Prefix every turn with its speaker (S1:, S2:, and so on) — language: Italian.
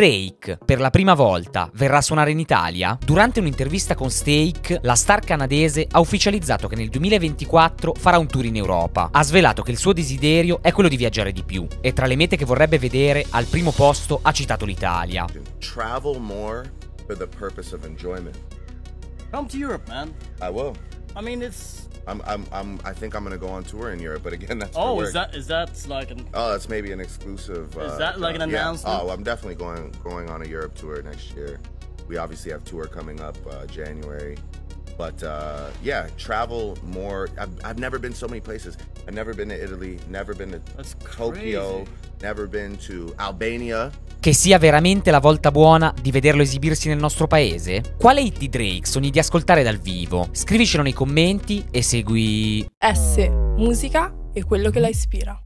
S1: Drake, per la prima volta, verrà a suonare in Italia? Durante un'intervista con Stake, la star canadese ha ufficializzato che nel 2024 farà un tour in Europa. Ha svelato che il suo desiderio è quello di viaggiare di più e tra le mete che vorrebbe vedere, al primo posto ha citato l'Italia.
S2: Travel more for the purpose of enjoyment.
S3: Come to Europe, man.
S2: I will.
S3: I mean, it's
S2: I'm, I'm, I'm, I think I'm gonna go on tour in Europe, but again, that's for
S3: oh,
S2: work.
S3: is that is that like an
S2: Oh, that's maybe an exclusive. Uh,
S3: Is that like an
S2: yeah.
S3: announcement?
S2: Oh, I'm definitely going going on a Europe tour next year. We obviously have tour coming up uh, January, but uh, yeah, travel more. I've, I've never been so many places. I've never been to Italy. Never been to
S3: That's
S2: Tokyo.
S3: crazy.
S2: Never been to Albania.
S1: Che sia veramente la volta buona di vederlo esibirsi nel nostro paese? Quale hit di Drake sogni di ascoltare dal vivo? Scrivicelo nei commenti e segui...
S4: S. Musica e quello che la ispira.